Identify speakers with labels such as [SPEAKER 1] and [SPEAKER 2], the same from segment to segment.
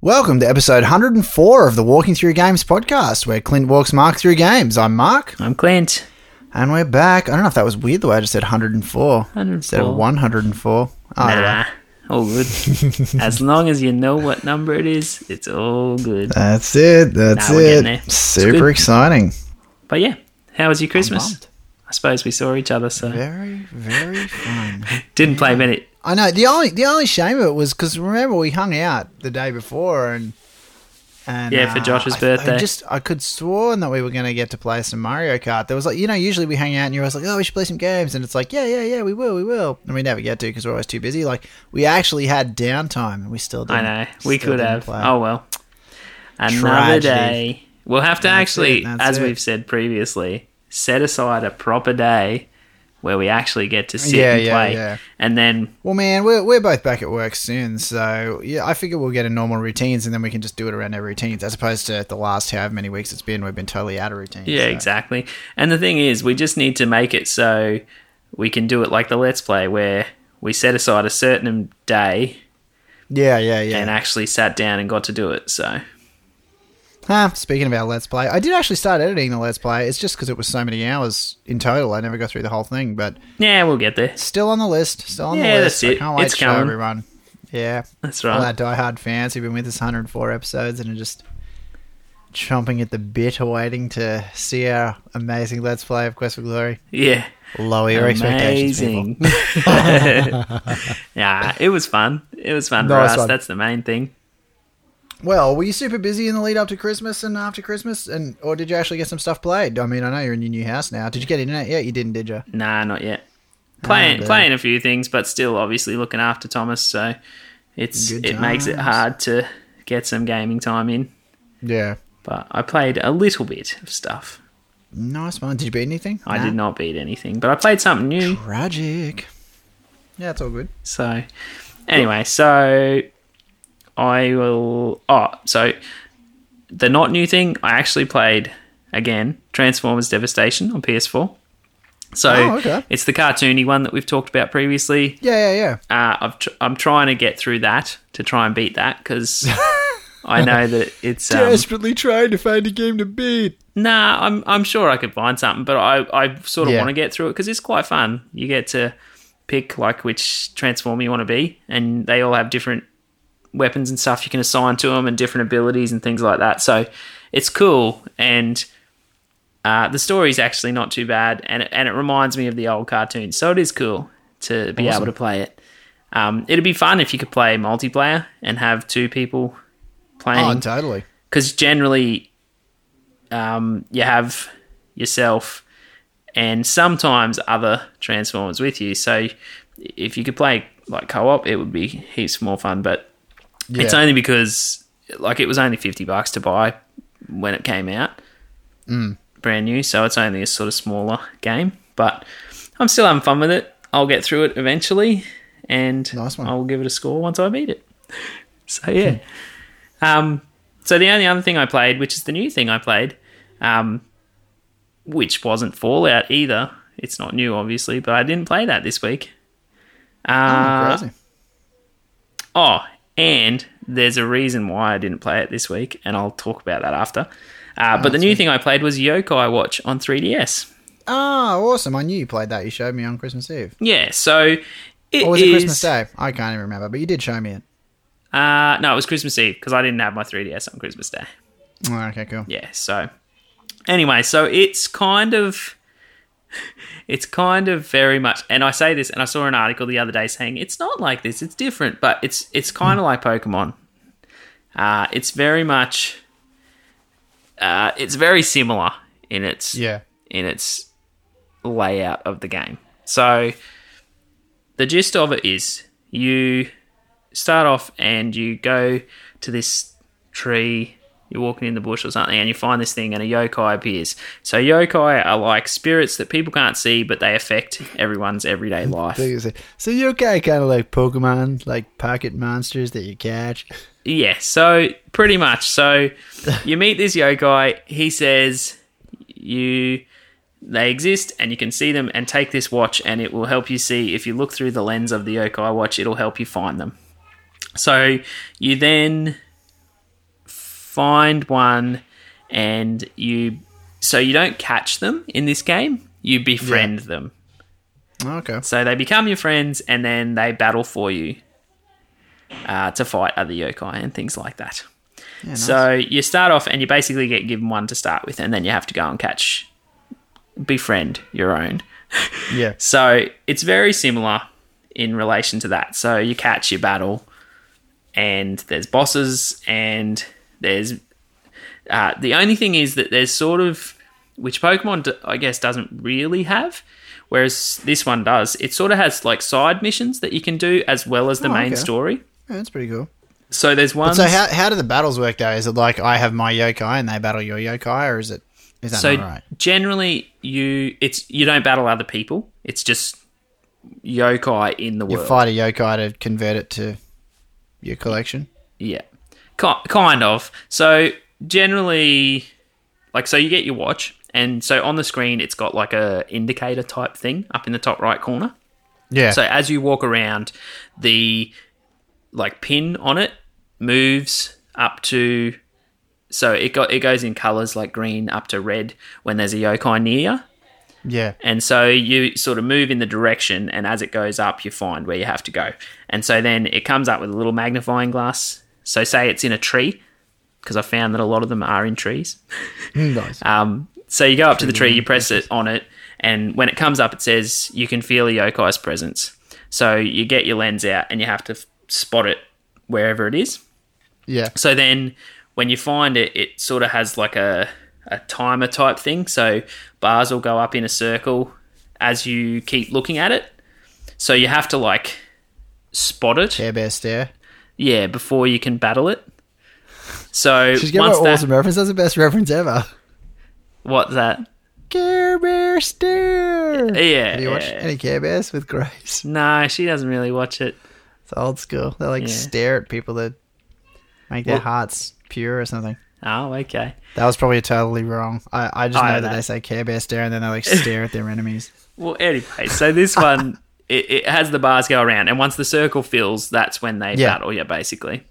[SPEAKER 1] Welcome to episode 104 of the Walking Through Games podcast, where Clint walks Mark through games. I'm Mark,
[SPEAKER 2] I'm Clint.
[SPEAKER 1] and we're back. I don't know if that was weird the way I just said 104 instead of
[SPEAKER 2] 104.
[SPEAKER 1] 104. Oh,
[SPEAKER 2] Nah, all good. as long as you know what number it is, it's all good.
[SPEAKER 1] That's it. That's
[SPEAKER 2] Nah, we're
[SPEAKER 1] it.
[SPEAKER 2] getting there. It's
[SPEAKER 1] Super
[SPEAKER 2] good.
[SPEAKER 1] exciting.
[SPEAKER 2] But yeah, how was your Christmas?
[SPEAKER 1] pumped.
[SPEAKER 2] I suppose we saw each other, so
[SPEAKER 1] Very, very fun.
[SPEAKER 2] didn't play many.
[SPEAKER 1] I know the only the only shame of it was because remember we hung out the day before and and
[SPEAKER 2] Yeah, for
[SPEAKER 1] uh,
[SPEAKER 2] Josh's
[SPEAKER 1] I- I
[SPEAKER 2] birthday.
[SPEAKER 1] just I could sworn that we were going to get to play some Mario Kart. There was like you know usually we hang out and you're always like oh we should play some games and it's like yeah yeah yeah we will we will and we never get to because we're always too busy. Like we actually had downtime and we still
[SPEAKER 2] I
[SPEAKER 1] didn't.
[SPEAKER 2] know we
[SPEAKER 1] still
[SPEAKER 2] could
[SPEAKER 1] didn't
[SPEAKER 2] have.
[SPEAKER 1] play.
[SPEAKER 2] Oh well, another
[SPEAKER 1] Tragedy.
[SPEAKER 2] day. We'll have to actually,
[SPEAKER 1] it, that's
[SPEAKER 2] as
[SPEAKER 1] it.
[SPEAKER 2] we've said previously, set aside a proper day where we actually get to sit
[SPEAKER 1] Yeah,
[SPEAKER 2] and
[SPEAKER 1] yeah,
[SPEAKER 2] play,
[SPEAKER 1] yeah.
[SPEAKER 2] and then
[SPEAKER 1] Well, man, we're, we're both back at work soon, so yeah, I figure we'll get in normal routines, and then we can just do it around our routines, as opposed to the last however many weeks it's been, we've been totally out of routine.
[SPEAKER 2] Yeah, exactly. And the thing is, we just need to make it so we can do it like the Let's Play, where we set aside a certain day
[SPEAKER 1] Yeah, yeah, yeah.
[SPEAKER 2] and actually sat down and got to do it. So,
[SPEAKER 1] Ah, speaking about Let's Play, I did actually start editing the Let's Play. It's just because it was so many hours in total. I never got through the whole thing, but
[SPEAKER 2] yeah, we'll get there.
[SPEAKER 1] still on the list. Still on
[SPEAKER 2] Yeah,
[SPEAKER 1] the list.
[SPEAKER 2] that's it.
[SPEAKER 1] I can't wait
[SPEAKER 2] It's
[SPEAKER 1] to show
[SPEAKER 2] coming.
[SPEAKER 1] everyone. Yeah.
[SPEAKER 2] That's
[SPEAKER 1] All
[SPEAKER 2] right.
[SPEAKER 1] our diehard fans who've been with us 104 episodes and are just chomping at the bit, waiting to see our amazing Let's Play of Quest for Glory.
[SPEAKER 2] Yeah.
[SPEAKER 1] Lower your expectations, people.
[SPEAKER 2] Amazing. yeah, it was fun. It was fun for
[SPEAKER 1] Nice
[SPEAKER 2] us.
[SPEAKER 1] one.
[SPEAKER 2] That's the main thing.
[SPEAKER 1] Well, were you super busy in the lead up to Christmas and after Christmas, and or did you actually get some stuff played? I mean, I know you're in your new house now. Did you get internet yet? You didn't, did you?
[SPEAKER 2] Nah, not yet. Playing
[SPEAKER 1] dude.
[SPEAKER 2] playing a few things, but still obviously looking after Thomas. So it's
[SPEAKER 1] Good
[SPEAKER 2] it makes it
[SPEAKER 1] times.
[SPEAKER 2] hard to get some gaming time in.
[SPEAKER 1] Yeah.
[SPEAKER 2] But I played a little bit of stuff.
[SPEAKER 1] Nice one. Did you beat anything?
[SPEAKER 2] I
[SPEAKER 1] Nah.
[SPEAKER 2] did not beat anything, but I played something new.
[SPEAKER 1] Tragic. Yeah, it's all good.
[SPEAKER 2] So, anyway, so I will. Oh, so the not new thing I actually played again Transformers Devastation on PS4. So
[SPEAKER 1] Oh, okay.
[SPEAKER 2] it's the cartoony one that we've talked about previously.
[SPEAKER 1] Yeah, yeah, yeah.
[SPEAKER 2] Uh, I've tr- I'm trying to get through that to try and beat that because I know that it's um,
[SPEAKER 1] Desperately trying to find a game to beat.
[SPEAKER 2] Nah, I'm I'm sure I could find something, but I, I sort of
[SPEAKER 1] Yeah.
[SPEAKER 2] want to get through it because it's quite fun. You get to pick like which transform you want to be, and they all have different weapons and stuff you can assign to them, and different abilities and things like that. So it's cool, and uh, the story's actually not too bad, and it, and it reminds me of the old cartoons. So it is cool to be able to play it. Um, it'd be fun if you could play multiplayer and have two people playing
[SPEAKER 1] Oh, totally.
[SPEAKER 2] because generally um, you have yourself and sometimes other transformers with you so if you could play like co-op it would be heaps more fun but
[SPEAKER 1] Yeah.
[SPEAKER 2] it's only because like it was only 50 bucks to buy when it came out
[SPEAKER 1] Mm.
[SPEAKER 2] brand new so it's only a sort of smaller game but i'm still having fun with it i'll get through it eventually and
[SPEAKER 1] Nice one.
[SPEAKER 2] i'll give it a score once i beat it so yeah
[SPEAKER 1] Hmm.
[SPEAKER 2] um so the only other thing i played which is the new thing i played um which wasn't fallout either it's not new obviously but i didn't play that this week uh,
[SPEAKER 1] Crazy.
[SPEAKER 2] Oh, and there's a reason why I didn't play it this week, and I'll talk about that after. Uh, but the new thing I played was Yokai Watch on 3DS.
[SPEAKER 1] Oh, awesome. I knew you played that. You showed me on Christmas Eve.
[SPEAKER 2] Yeah, so it
[SPEAKER 1] Or was it
[SPEAKER 2] is-
[SPEAKER 1] Christmas Day? I can't even remember, but you did show me it.
[SPEAKER 2] Uh, no, it was Christmas Eve because I didn't have my 3DS on Christmas Day.
[SPEAKER 1] Oh, okay, cool.
[SPEAKER 2] Yeah, so anyway, so it's kind of it's kind of very much and I say this and I saw an article the other day saying it's not like this, it's different, but it's it's kind of like Pokemon. Uh, it's very much uh, it's very similar in its
[SPEAKER 1] Yeah.
[SPEAKER 2] in its layout of the game. So the gist of it is you start off and you go to this tree, you're walking in the bush or something, and you find this thing and a yokai appears. So yokai are like spirits that people can't see, but they affect everyone's everyday life.
[SPEAKER 1] So you're okay, kind of like Pokemon, like pocket monsters that you catch.
[SPEAKER 2] Yeah, so pretty much. So you meet this yokai, he says you they exist and you can see them and take this watch and it will help you see if you look through the lens of the yokai watch, it'll help you find them. So you then find one and you. So you don't catch them in this game, you befriend them.
[SPEAKER 1] Oh, okay.
[SPEAKER 2] So they become your friends and then they battle for you uh, to fight other yokai and things like that. So you start off and you basically get given one to start with, and then you have to go and catch, befriend your own.
[SPEAKER 1] Yeah.
[SPEAKER 2] So it's very similar in relation to that. So you catch your battle, and there's bosses, and there's uh, the only thing is that there's sort of which Pokemon d- I guess doesn't really have, whereas this one does. It sort of has like side missions that you can do as well as the
[SPEAKER 1] Oh,
[SPEAKER 2] main
[SPEAKER 1] okay.
[SPEAKER 2] story.
[SPEAKER 1] Yeah, that's pretty cool.
[SPEAKER 2] So there's one.
[SPEAKER 1] So how how do the battles work though? Is it like I have my yokai and they battle your yokai, or is it is that
[SPEAKER 2] so
[SPEAKER 1] not right?
[SPEAKER 2] generally you it's you don't battle other people. It's just yokai in the
[SPEAKER 1] You
[SPEAKER 2] world.
[SPEAKER 1] fight a yokai to convert it to your collection.
[SPEAKER 2] Yeah, Ki- kind of. So generally, like, so you get your watch, and so on the screen, it's got like a indicator type thing up in the top right corner.
[SPEAKER 1] Yeah.
[SPEAKER 2] So as you walk around, the like pin on it moves up to. So it got it goes in colors like green up to red when there's a yokai near you.
[SPEAKER 1] yeah.
[SPEAKER 2] And so you sort of move in the direction, and as it goes up, you find where you have to go. And so then it comes up with a little magnifying glass. So, say it's in a tree, because I found that a lot of them are in trees.
[SPEAKER 1] Hmm, Nice.
[SPEAKER 2] Um, so, you go up to the tree, you press it on it, and when it comes up, it says you can feel a yokai's presence. So, you get your lens out and you have to f- spot it wherever it is.
[SPEAKER 1] yeah.
[SPEAKER 2] So then when you find it, it sort of has like a, a timer type thing. So bars will go up in a circle as you keep looking at it. So you have to like spot it, yeah,
[SPEAKER 1] Care Bear stare.
[SPEAKER 2] before you can battle it. So
[SPEAKER 1] She's giving
[SPEAKER 2] once
[SPEAKER 1] an
[SPEAKER 2] that,
[SPEAKER 1] awesome reference. That's the best reference ever.
[SPEAKER 2] what's that?
[SPEAKER 1] Care Bear stare.
[SPEAKER 2] Yeah,
[SPEAKER 1] Have you watched
[SPEAKER 2] yeah.
[SPEAKER 1] any Care Bears with Grace?
[SPEAKER 2] No, she doesn't really watch it.
[SPEAKER 1] It's old school. They like
[SPEAKER 2] Yeah.
[SPEAKER 1] stare at people that make their
[SPEAKER 2] Well-
[SPEAKER 1] hearts pure or something.
[SPEAKER 2] Oh, okay.
[SPEAKER 1] That was probably totally wrong. I, I just
[SPEAKER 2] Oh, I
[SPEAKER 1] know
[SPEAKER 2] know
[SPEAKER 1] that
[SPEAKER 2] that.
[SPEAKER 1] they say Care Bear stare and then they like stare at their enemies.
[SPEAKER 2] Well, anyway, so this one it, it has the bars go around, and once the circle fills, that's when they
[SPEAKER 1] Yeah.
[SPEAKER 2] battle you, basically.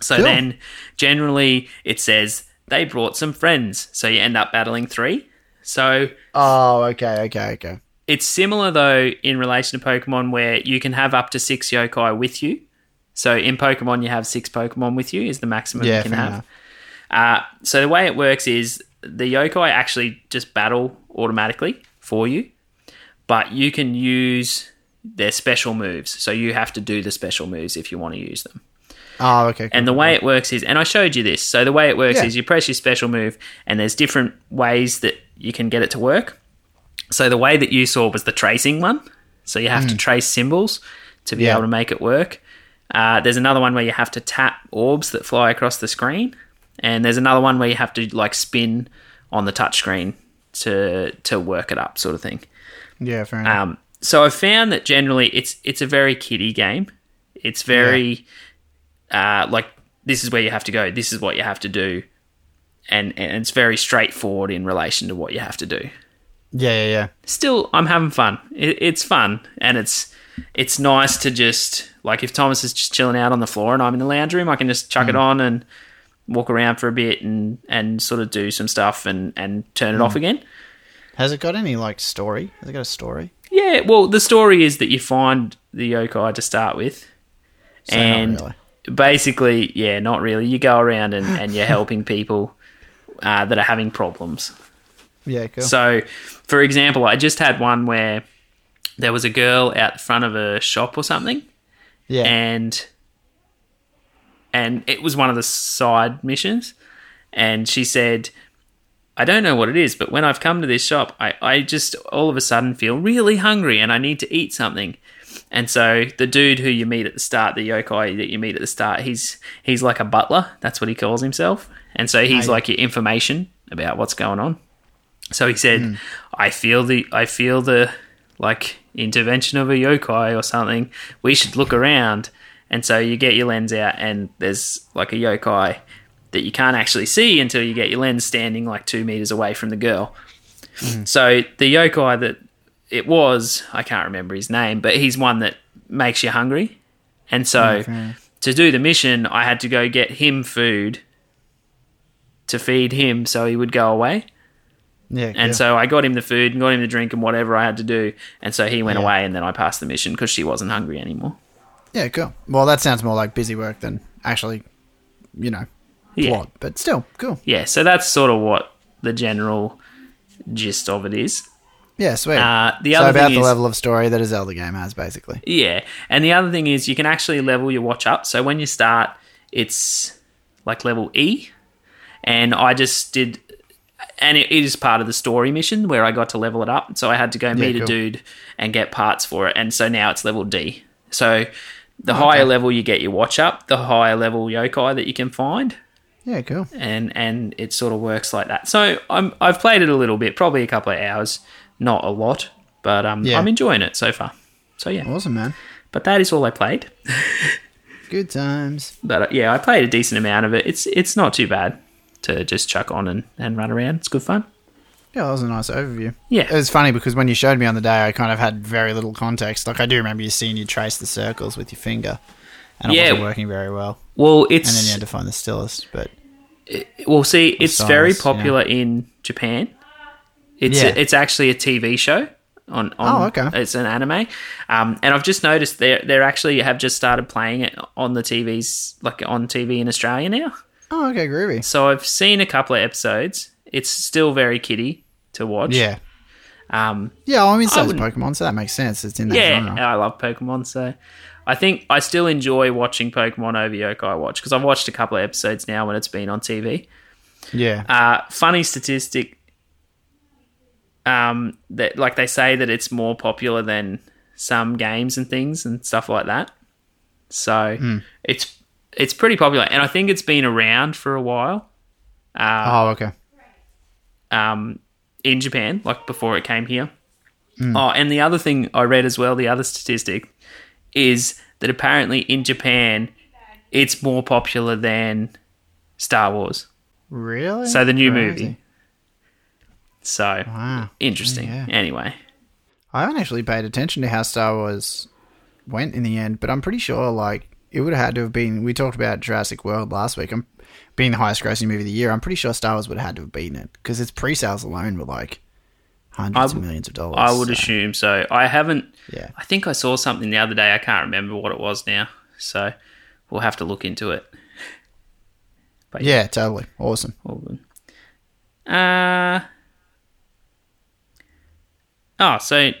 [SPEAKER 2] So
[SPEAKER 1] Cool.
[SPEAKER 2] then, generally, it says they brought some friends, so you end up battling three. So
[SPEAKER 1] Oh, okay, okay, okay.
[SPEAKER 2] it's similar though in relation to Pokemon, where you can have up to six yokai with you. So in Pokemon, you have six Pokemon with you is the maximum
[SPEAKER 1] Yeah,
[SPEAKER 2] you can
[SPEAKER 1] fair
[SPEAKER 2] have.
[SPEAKER 1] enough.
[SPEAKER 2] Uh, so the way it works is the yokai actually just battle automatically for you, but you can use their special moves. So you have to do the special moves if you want to use them.
[SPEAKER 1] Oh, okay. Cool.
[SPEAKER 2] And the way it works is, and I showed you this. So the way it works
[SPEAKER 1] Yeah.
[SPEAKER 2] is you press your special move, and there's different ways that you can get it to work. So the way that you saw was the tracing one. So you have to trace symbols to be
[SPEAKER 1] Mm. Yeah.
[SPEAKER 2] able to make it work. Uh, there's another one where you have to tap orbs that fly across the screen, and there's another one where you have to like spin on the touch screen to to work it up, sort of thing.
[SPEAKER 1] yeah, fair enough.
[SPEAKER 2] Um, so I've found that generally it's it's a very kiddie game. It's very uh, like this is where you have to go. This is what you have to do, and and it's very straightforward in relation to what you have to do.
[SPEAKER 1] yeah, yeah, yeah.
[SPEAKER 2] Still, I'm having fun. It, it's fun, and it's it's nice to just like if Thomas is just chilling out on the floor and I'm in the lounge room, I can just chuck it on and walk around for a bit and and sort of do some stuff and and turn it off again.
[SPEAKER 1] Has it got any like story? Has it got a story?
[SPEAKER 2] Yeah, well, the story is that you find the yokai to start with,
[SPEAKER 1] So not
[SPEAKER 2] and
[SPEAKER 1] really.
[SPEAKER 2] basically, yeah, not really. You go around and, and you're helping people uh, that are having problems.
[SPEAKER 1] Yeah, cool.
[SPEAKER 2] So, for example, I just had one where there was a girl out the front of a shop or something,
[SPEAKER 1] yeah.
[SPEAKER 2] and and it was one of the side missions and she said i don't know what it is but when i've come to this shop i, I just all of a sudden feel really hungry and i need to eat something and so the dude who you meet at the start the yokai that you meet at the start he's he's like a butler that's what he calls himself and so he's
[SPEAKER 1] Aye.
[SPEAKER 2] like your information about what's going on so he said, "I feel the I feel the like intervention of a yokai or something. We should look around." And so you get your lens out, and there's like a yokai that you can't actually see until you get your lens standing like two meters away from the girl. So the yokai that it was, I can't remember his name, but he's one that makes you hungry. And so
[SPEAKER 1] fair enough.
[SPEAKER 2] to do the mission, I had to go get him food to feed him, so he would go away.
[SPEAKER 1] Yeah.
[SPEAKER 2] And
[SPEAKER 1] yeah.
[SPEAKER 2] so I got him the food and got him the drink and whatever I had to do. And so he went
[SPEAKER 1] Yeah.
[SPEAKER 2] away, and then I passed the mission because she wasn't hungry anymore.
[SPEAKER 1] Yeah, cool. Well, that sounds more like busy work than actually, you know,
[SPEAKER 2] Yeah.
[SPEAKER 1] plot. But still, cool.
[SPEAKER 2] Yeah, so that's sort of what the general gist of it is.
[SPEAKER 1] Yeah, sweet.
[SPEAKER 2] Uh, the
[SPEAKER 1] so
[SPEAKER 2] other
[SPEAKER 1] about
[SPEAKER 2] thing
[SPEAKER 1] the
[SPEAKER 2] is-
[SPEAKER 1] level of story that a Zelda game has, basically.
[SPEAKER 2] Yeah. And the other thing is you can actually level your watch up. So when you start, it's like level E. And I just did, and it, it is part of the story mission where I got to level it up. So I had to go meet
[SPEAKER 1] cool.
[SPEAKER 2] a dude and get parts for it. And so now it's level D. So the higher level you get your watch up, the higher level yokai that you can find.
[SPEAKER 1] Yeah, cool.
[SPEAKER 2] and and it sort of works like that. So I'm I've played it a little bit, probably a couple of hours, not a lot, but um,
[SPEAKER 1] Yeah.
[SPEAKER 2] I'm enjoying it so far. So yeah,
[SPEAKER 1] Awesome, man.
[SPEAKER 2] but that is all I played.
[SPEAKER 1] Good times.
[SPEAKER 2] But uh, yeah, I played a decent amount of it. It's it's not too bad to just chuck on and, and run around. It's good fun.
[SPEAKER 1] Yeah, that was a nice overview.
[SPEAKER 2] Yeah.
[SPEAKER 1] It was funny because when you showed me on the day, I kind of had very little context. Like, I do remember you seeing you trace the circles with your finger, and it
[SPEAKER 2] Yeah.
[SPEAKER 1] wasn't working very well.
[SPEAKER 2] Well,
[SPEAKER 1] And then you
[SPEAKER 2] it's
[SPEAKER 1] had to find the stillest. But
[SPEAKER 2] well, see, it's
[SPEAKER 1] stylus,
[SPEAKER 2] very
[SPEAKER 1] yeah.
[SPEAKER 2] popular in Japan. It's
[SPEAKER 1] Yeah.
[SPEAKER 2] it's actually a TV show. On, on
[SPEAKER 1] Oh, okay.
[SPEAKER 2] It's an anime, um, and I've just noticed they they actually have just started playing it on the TVs like on TV in Australia now.
[SPEAKER 1] oh, okay, groovy.
[SPEAKER 2] So I've seen a couple of episodes. It's still very kiddie to watch.
[SPEAKER 1] Yeah.
[SPEAKER 2] Um,
[SPEAKER 1] Yeah, well, I mean, so is
[SPEAKER 2] wouldn't-
[SPEAKER 1] Pokemon, so that makes sense. It's in that
[SPEAKER 2] yeah, Uh,
[SPEAKER 1] genre.
[SPEAKER 2] and I love Pokemon. So I think I still enjoy watching Pokemon over Yokai Watch because I've watched a couple of episodes now when it's been on TV.
[SPEAKER 1] Yeah.
[SPEAKER 2] Uh, funny statistic. Um, that like they say that it's more popular than some games and things and stuff like that. So it's it's pretty popular, and I think it's been around for a while.
[SPEAKER 1] oh, okay.
[SPEAKER 2] um, in Japan, like before it came here.
[SPEAKER 1] Hmm.
[SPEAKER 2] Oh, and the other thing I read as well, the other statistic is that apparently in Japan, it's more popular than Star Wars.
[SPEAKER 1] Really?
[SPEAKER 2] So the new
[SPEAKER 1] Crazy.
[SPEAKER 2] movie. So
[SPEAKER 1] Wow.
[SPEAKER 2] interesting.
[SPEAKER 1] Yeah.
[SPEAKER 2] Anyway,
[SPEAKER 1] I haven't actually paid attention to how Star Wars went in the end, but I'm pretty sure like it would have had to have been. We talked about Jurassic World last week. I'm being the highest grossing movie of the year. I'm pretty sure Star Wars would have had to have beaten it because its pre-sales alone were like hundreds of
[SPEAKER 2] w-
[SPEAKER 1] millions of dollars.
[SPEAKER 2] I would
[SPEAKER 1] so,
[SPEAKER 2] assume so. I haven't.
[SPEAKER 1] Yeah.
[SPEAKER 2] I think I saw something the other day. I can't remember what it was now. So we'll have to look into it.
[SPEAKER 1] Yeah, totally. Awesome.
[SPEAKER 2] All good. Uh, oh, so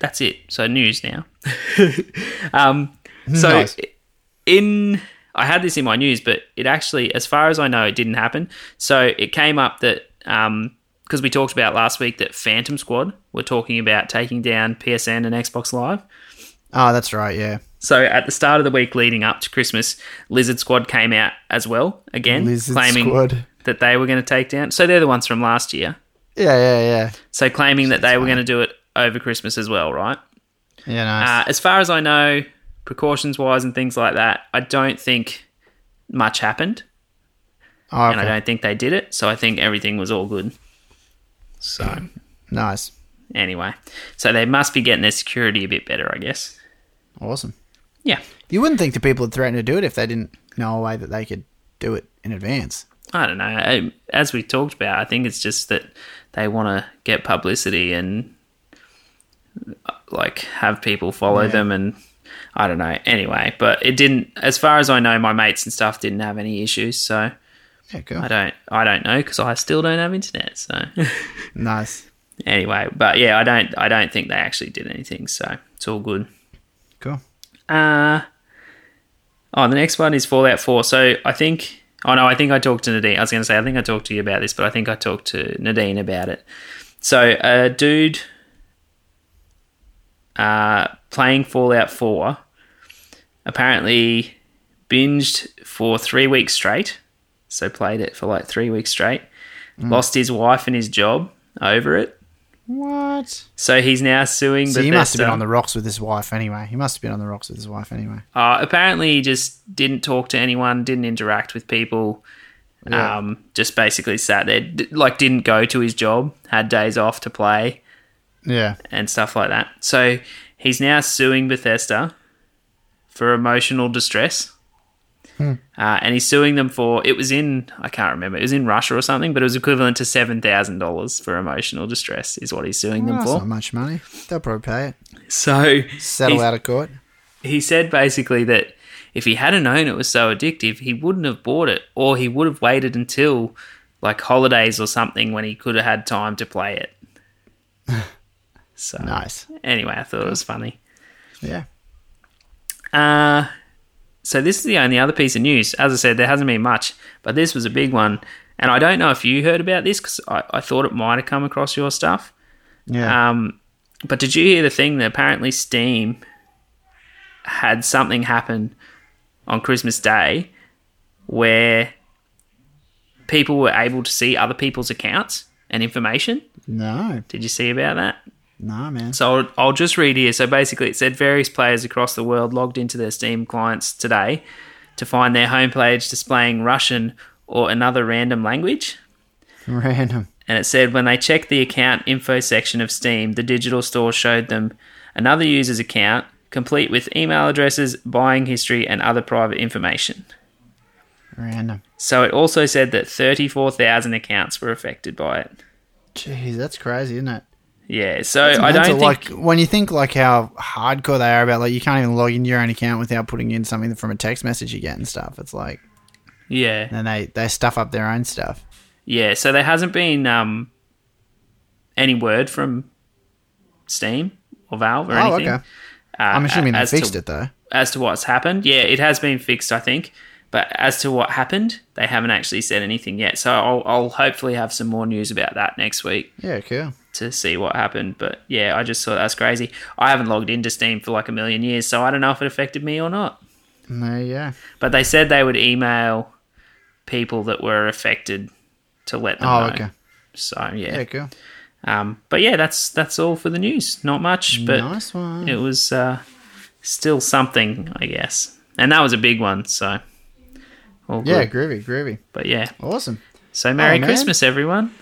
[SPEAKER 2] that's it. So news now. um, so
[SPEAKER 1] Nice.
[SPEAKER 2] in I had this in my news, but it actually, as far as I know, it didn't happen. So it came up that um because we talked about last week that Phantom Squad were talking about taking down PSN and Xbox Live.
[SPEAKER 1] Oh, that's right. Yeah,
[SPEAKER 2] So at the start of the week leading up to Christmas, Lizard Squad came out as well again,
[SPEAKER 1] Lizard
[SPEAKER 2] claiming
[SPEAKER 1] Squad.
[SPEAKER 2] that they were going to take down. So they're the ones from last year.
[SPEAKER 1] Yeah, yeah,
[SPEAKER 2] So claiming that they were going to do it over Christmas as well, right?
[SPEAKER 1] yeah. Yeah, nice.
[SPEAKER 2] Uh, as far as I know, precautions wise and things like that, I don't think much happened,
[SPEAKER 1] Oh,
[SPEAKER 2] and I
[SPEAKER 1] okay.
[SPEAKER 2] don't think they did it. So I think everything was all good. So
[SPEAKER 1] Nice.
[SPEAKER 2] anyway, so they must be getting their security a bit better, I guess.
[SPEAKER 1] Awesome.
[SPEAKER 2] Yeah,
[SPEAKER 1] You wouldn't think the people would threaten to do it if they didn't know a way that they could do it in advance.
[SPEAKER 2] I don't know. I- As we talked about, I think it's just that they want to get publicity and uh, like have people follow them and I don't know. Anyway, but it didn't as far as I know my mates and stuff didn't have any issues, so
[SPEAKER 1] Yeah, cool.
[SPEAKER 2] I don't I don't know cuz I still don't have internet, so
[SPEAKER 1] Nice.
[SPEAKER 2] anyway, but yeah, I don't I don't think they actually did anything, so it's all good.
[SPEAKER 1] Cool.
[SPEAKER 2] Uh, oh, the next one is Fallout 4. So I think. Oh, no, I think I talked to Nadine. I was going to say, I think I talked to you about this, but I think I talked to Nadine about it. So a dude uh, playing Fallout 4 apparently binged for three weeks straight. So played it for like three weeks straight.
[SPEAKER 1] Mm.
[SPEAKER 2] Lost his wife and his job over it.
[SPEAKER 1] What?
[SPEAKER 2] So he's now suing.
[SPEAKER 1] So he must have been
[SPEAKER 2] Bethesda.
[SPEAKER 1] on the rocks with his wife anyway. He must have been on the rocks with his wife anyway.
[SPEAKER 2] Uh, apparently, he just didn't talk to anyone, didn't interact with people.
[SPEAKER 1] Yeah.
[SPEAKER 2] Um, just basically sat there, d- like didn't go to his job, had days off to play
[SPEAKER 1] Yeah.
[SPEAKER 2] and stuff like that. So he's now suing Bethesda for emotional distress Uh, and he's suing them for it was in I can't remember it was in Russia or something, but it was equivalent to seven thousand dollars for emotional distress is what he's suing them
[SPEAKER 1] That's
[SPEAKER 2] for.
[SPEAKER 1] not much money. They'll probably pay it.
[SPEAKER 2] So
[SPEAKER 1] Settle
[SPEAKER 2] he's-
[SPEAKER 1] out of court.
[SPEAKER 2] he said basically that if he hadn't known it was so addictive, he wouldn't have bought it, or he would have waited until like holidays or something when he could have had time to play it. So
[SPEAKER 1] Nice.
[SPEAKER 2] anyway, I thought it was funny.
[SPEAKER 1] Yeah.
[SPEAKER 2] Uh, so this is the only other piece of news. As I said, there hasn't been much, but this was a big one, and I don't know if you heard about this because I, I thought it might have come across your stuff.
[SPEAKER 1] Yeah.
[SPEAKER 2] Um, but did you hear the thing that apparently Steam had something happen on Christmas Day where people were able to see other people's accounts and information?
[SPEAKER 1] no.
[SPEAKER 2] Did you see about that?
[SPEAKER 1] No, man.
[SPEAKER 2] So I'll, I'll just read here. So basically, it said various players across the world logged into their Steam clients today to find their homepage displaying Russian or another random language.
[SPEAKER 1] Random.
[SPEAKER 2] And it said when they checked the account info section of Steam, the digital store showed them another user's account, complete with email addresses, buying history, and other private information.
[SPEAKER 1] Random.
[SPEAKER 2] So it also said that 34,000 accounts were affected by it.
[SPEAKER 1] Jeez, that's crazy, isn't it?
[SPEAKER 2] Yeah, so I
[SPEAKER 1] Mental,
[SPEAKER 2] don't think.
[SPEAKER 1] like when you think like how hardcore they are about like you can't even log into your own account without putting in something from a text message you get and stuff. It's like
[SPEAKER 2] yeah.
[SPEAKER 1] then they they stuff up their own stuff.
[SPEAKER 2] Yeah, so there hasn't been um, any word from Steam or Valve or
[SPEAKER 1] Oh,
[SPEAKER 2] anything.
[SPEAKER 1] okay.
[SPEAKER 2] Uh,
[SPEAKER 1] I'm assuming they
[SPEAKER 2] as to-
[SPEAKER 1] fixed it though.
[SPEAKER 2] As to what's happened, yeah, it has been fixed, I think. But as to what happened, they haven't actually said anything yet. So I'll, I'll hopefully have some more news about that next week
[SPEAKER 1] Yeah, cool.
[SPEAKER 2] to see what happened. But yeah, I just thought that's crazy. I haven't logged into Steam for like a million years, so I don't know if it affected me or not.
[SPEAKER 1] And there you go.
[SPEAKER 2] But they said they would email people that were affected to let them
[SPEAKER 1] Oh,
[SPEAKER 2] know.
[SPEAKER 1] okay.
[SPEAKER 2] So
[SPEAKER 1] Yeah, cool.
[SPEAKER 2] Um, but yeah, that's that's all for the news. Not much, but
[SPEAKER 1] nice one.
[SPEAKER 2] it was uh, still something, I guess. And that was a big one, so all
[SPEAKER 1] Yeah,
[SPEAKER 2] good.
[SPEAKER 1] groovy, groovy.
[SPEAKER 2] But yeah,
[SPEAKER 1] Awesome.
[SPEAKER 2] so Merry
[SPEAKER 1] man.
[SPEAKER 2] Christmas, everyone.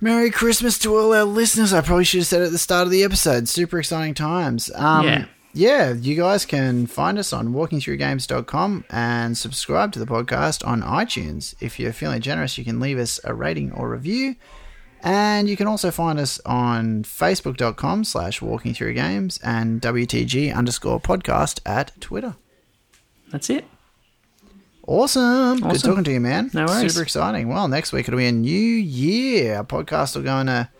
[SPEAKER 1] Merry Christmas to all our listeners. I probably should have said it at the start of the episode. Super exciting times. Um,
[SPEAKER 2] Yeah.
[SPEAKER 1] yeah, you guys can find us on walkingthroughgames.com and subscribe to the podcast on iTunes. If you're feeling generous, you can leave us a rating or review. And you can also find us on facebook.com slash walkingthroughgames and WTG underscore podcast at Twitter.
[SPEAKER 2] That's it.
[SPEAKER 1] Awesome. Good
[SPEAKER 2] Awesome.
[SPEAKER 1] talking to you, man.
[SPEAKER 2] No worries.
[SPEAKER 1] Super exciting. Well, next week it'll be a new year. Our podcast will go in a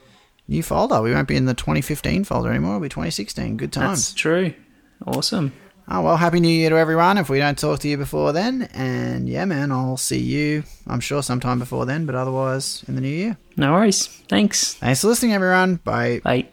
[SPEAKER 1] new folder. We won't be in the 2015 folder anymore. It'll be 2016. Good
[SPEAKER 2] That's
[SPEAKER 1] times.
[SPEAKER 2] true. Awesome.
[SPEAKER 1] Oh, well, happy new year to everyone if we don't talk to you before then. And yeah, man, I'll see you, I'm sure, sometime before then, but otherwise in the new year.
[SPEAKER 2] No worries. Thanks.
[SPEAKER 1] Thanks for listening, everyone. Bye.
[SPEAKER 2] Bye.